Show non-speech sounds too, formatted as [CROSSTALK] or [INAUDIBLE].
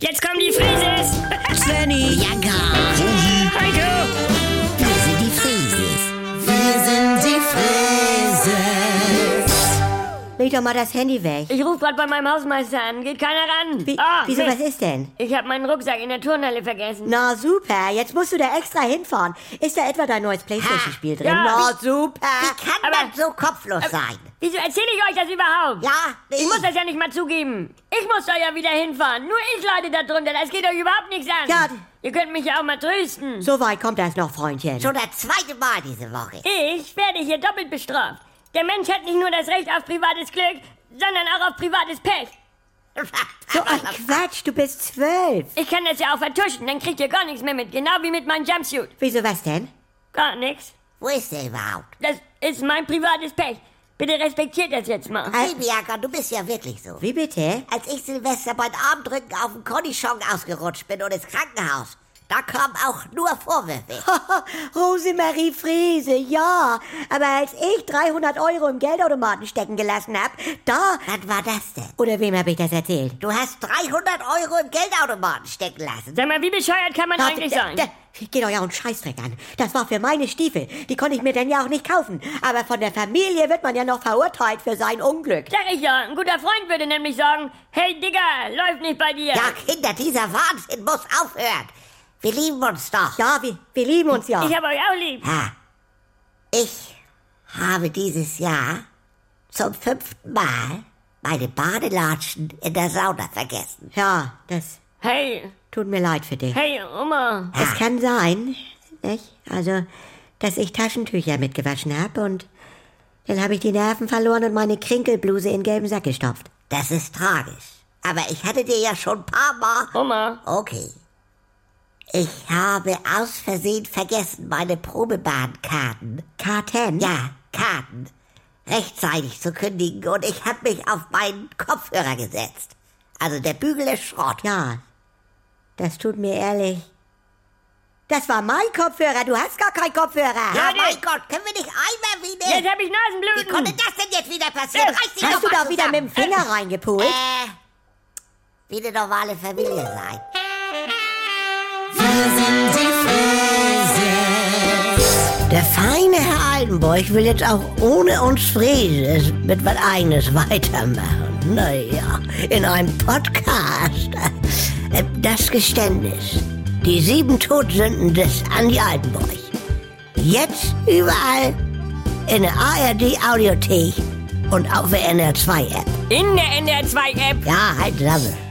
Jetzt kommen die [LAUGHS] Frises! Svenny, Ja, gar. Heiko! Wir sind die Frieses. Wir sind die Frieses. leg doch mal das Handy weg. Ich rufe gerade bei meinem Hausmeister an. Geht keiner ran? Wie, Ah, wieso, Mist. was ist denn? Ich habe meinen Rucksack in der Turnhalle vergessen. Na super, jetzt musst du da extra hinfahren. Ist da etwa dein neues Playstation-Spiel drin? Ja. Na super. Kann Aber- man so kopflos sein? Wieso erzähle ich euch das überhaupt? Ja, Ich muss das ja nicht mal zugeben. Ich muss da ja wieder hinfahren. Nur ich leide da drunter. Das geht euch überhaupt nichts an. Ja. Ihr könnt mich ja auch mal trösten. So weit kommt das noch, Freundchen. schon das zweite Mal diese Woche. [LAUGHS] Ich werde hier doppelt bestraft. Der Mensch hat nicht nur das Recht auf privates Glück, sondern auch auf privates Pech. So ein Quatsch, du bist zwölf. Ich kann das ja auch vertuschen, dann kriegt ihr gar nichts mehr mit. Genau wie mit meinem Jumpsuit. Wieso, was denn? Gar nichts. Wo ist der überhaupt? Das ist mein privates Pech. Bitte respektiert das jetzt mal. Hey, Bianca, du bist ja wirklich so. Wie bitte? Als ich Silvester beim Armdrücken auf dem Cornichon ausgerutscht bin und ins Krankenhaus, da kamen auch nur Vorwürfe. [LAUGHS] Rosemarie Friese, ja. Aber als ich 300 Euro im Geldautomaten stecken gelassen hab, da... Was war das denn? Oder wem habe ich das erzählt? Du hast 300 Euro im Geldautomaten stecken lassen. Sag mal, wie bescheuert kann man Da- eigentlich da- sein? da- Geht euch auch einen Scheißdreck an. Das war für meine Stiefel. Die konnte ich mir denn ja auch nicht kaufen. Aber von der Familie wird man ja noch verurteilt für sein Unglück. Sag ich ja, ein guter Freund würde nämlich sagen, hey Digga, läuft nicht bei dir. Ja, Kinder, dieser Wahnsinn muss aufhören. Wir lieben uns doch. Ja, wir, wir lieben uns ja. Ich hab euch auch lieb. Ha. Ich habe dieses Jahr zum fünften Mal meine Badelatschen in der Sauna vergessen. Ja, das Hey, tut mir leid für dich. hey, Oma. Es kann sein, nicht? Also, dass ich Taschentücher mitgewaschen habe und dann habe ich die Nerven verloren und meine Krinkelbluse in gelben Sack gestopft. Das ist tragisch. Aber ich hatte dir ja schon ein paar Mal... Oma. Okay. Ich habe aus Versehen vergessen, meine Probebahnkarten, Karten? ja, Karten, rechtzeitig zu kündigen und ich habe mich auf meinen Kopfhörer gesetzt. Also der Bügel ist Schrott. Ja. Das tut mir ehrlich. Das war mein Kopfhörer. Du hast gar keinen Kopfhörer. Ja, Ja, mein die- Gott, können wir nicht einmal wieder... Jetzt hab ich Wie konnte Nasenbluten. das denn jetzt wieder passieren? Äh, Reiß dich Hast doch du mal da wieder mit dem zusammen. Finger reingepult? Äh, wie eine normale Familie sein. Der feine Herr Altenburg will jetzt auch ohne uns Frieses mit was eigenes weitermachen. Naja, in einem Podcast. Äh, Das Geständnis. Die sieben Todsünden des Andi Altenburg. Jetzt überall in der ARD-Audiothek und auf der NR2-App. In der NDR 2 App. Ja, halt Sammel.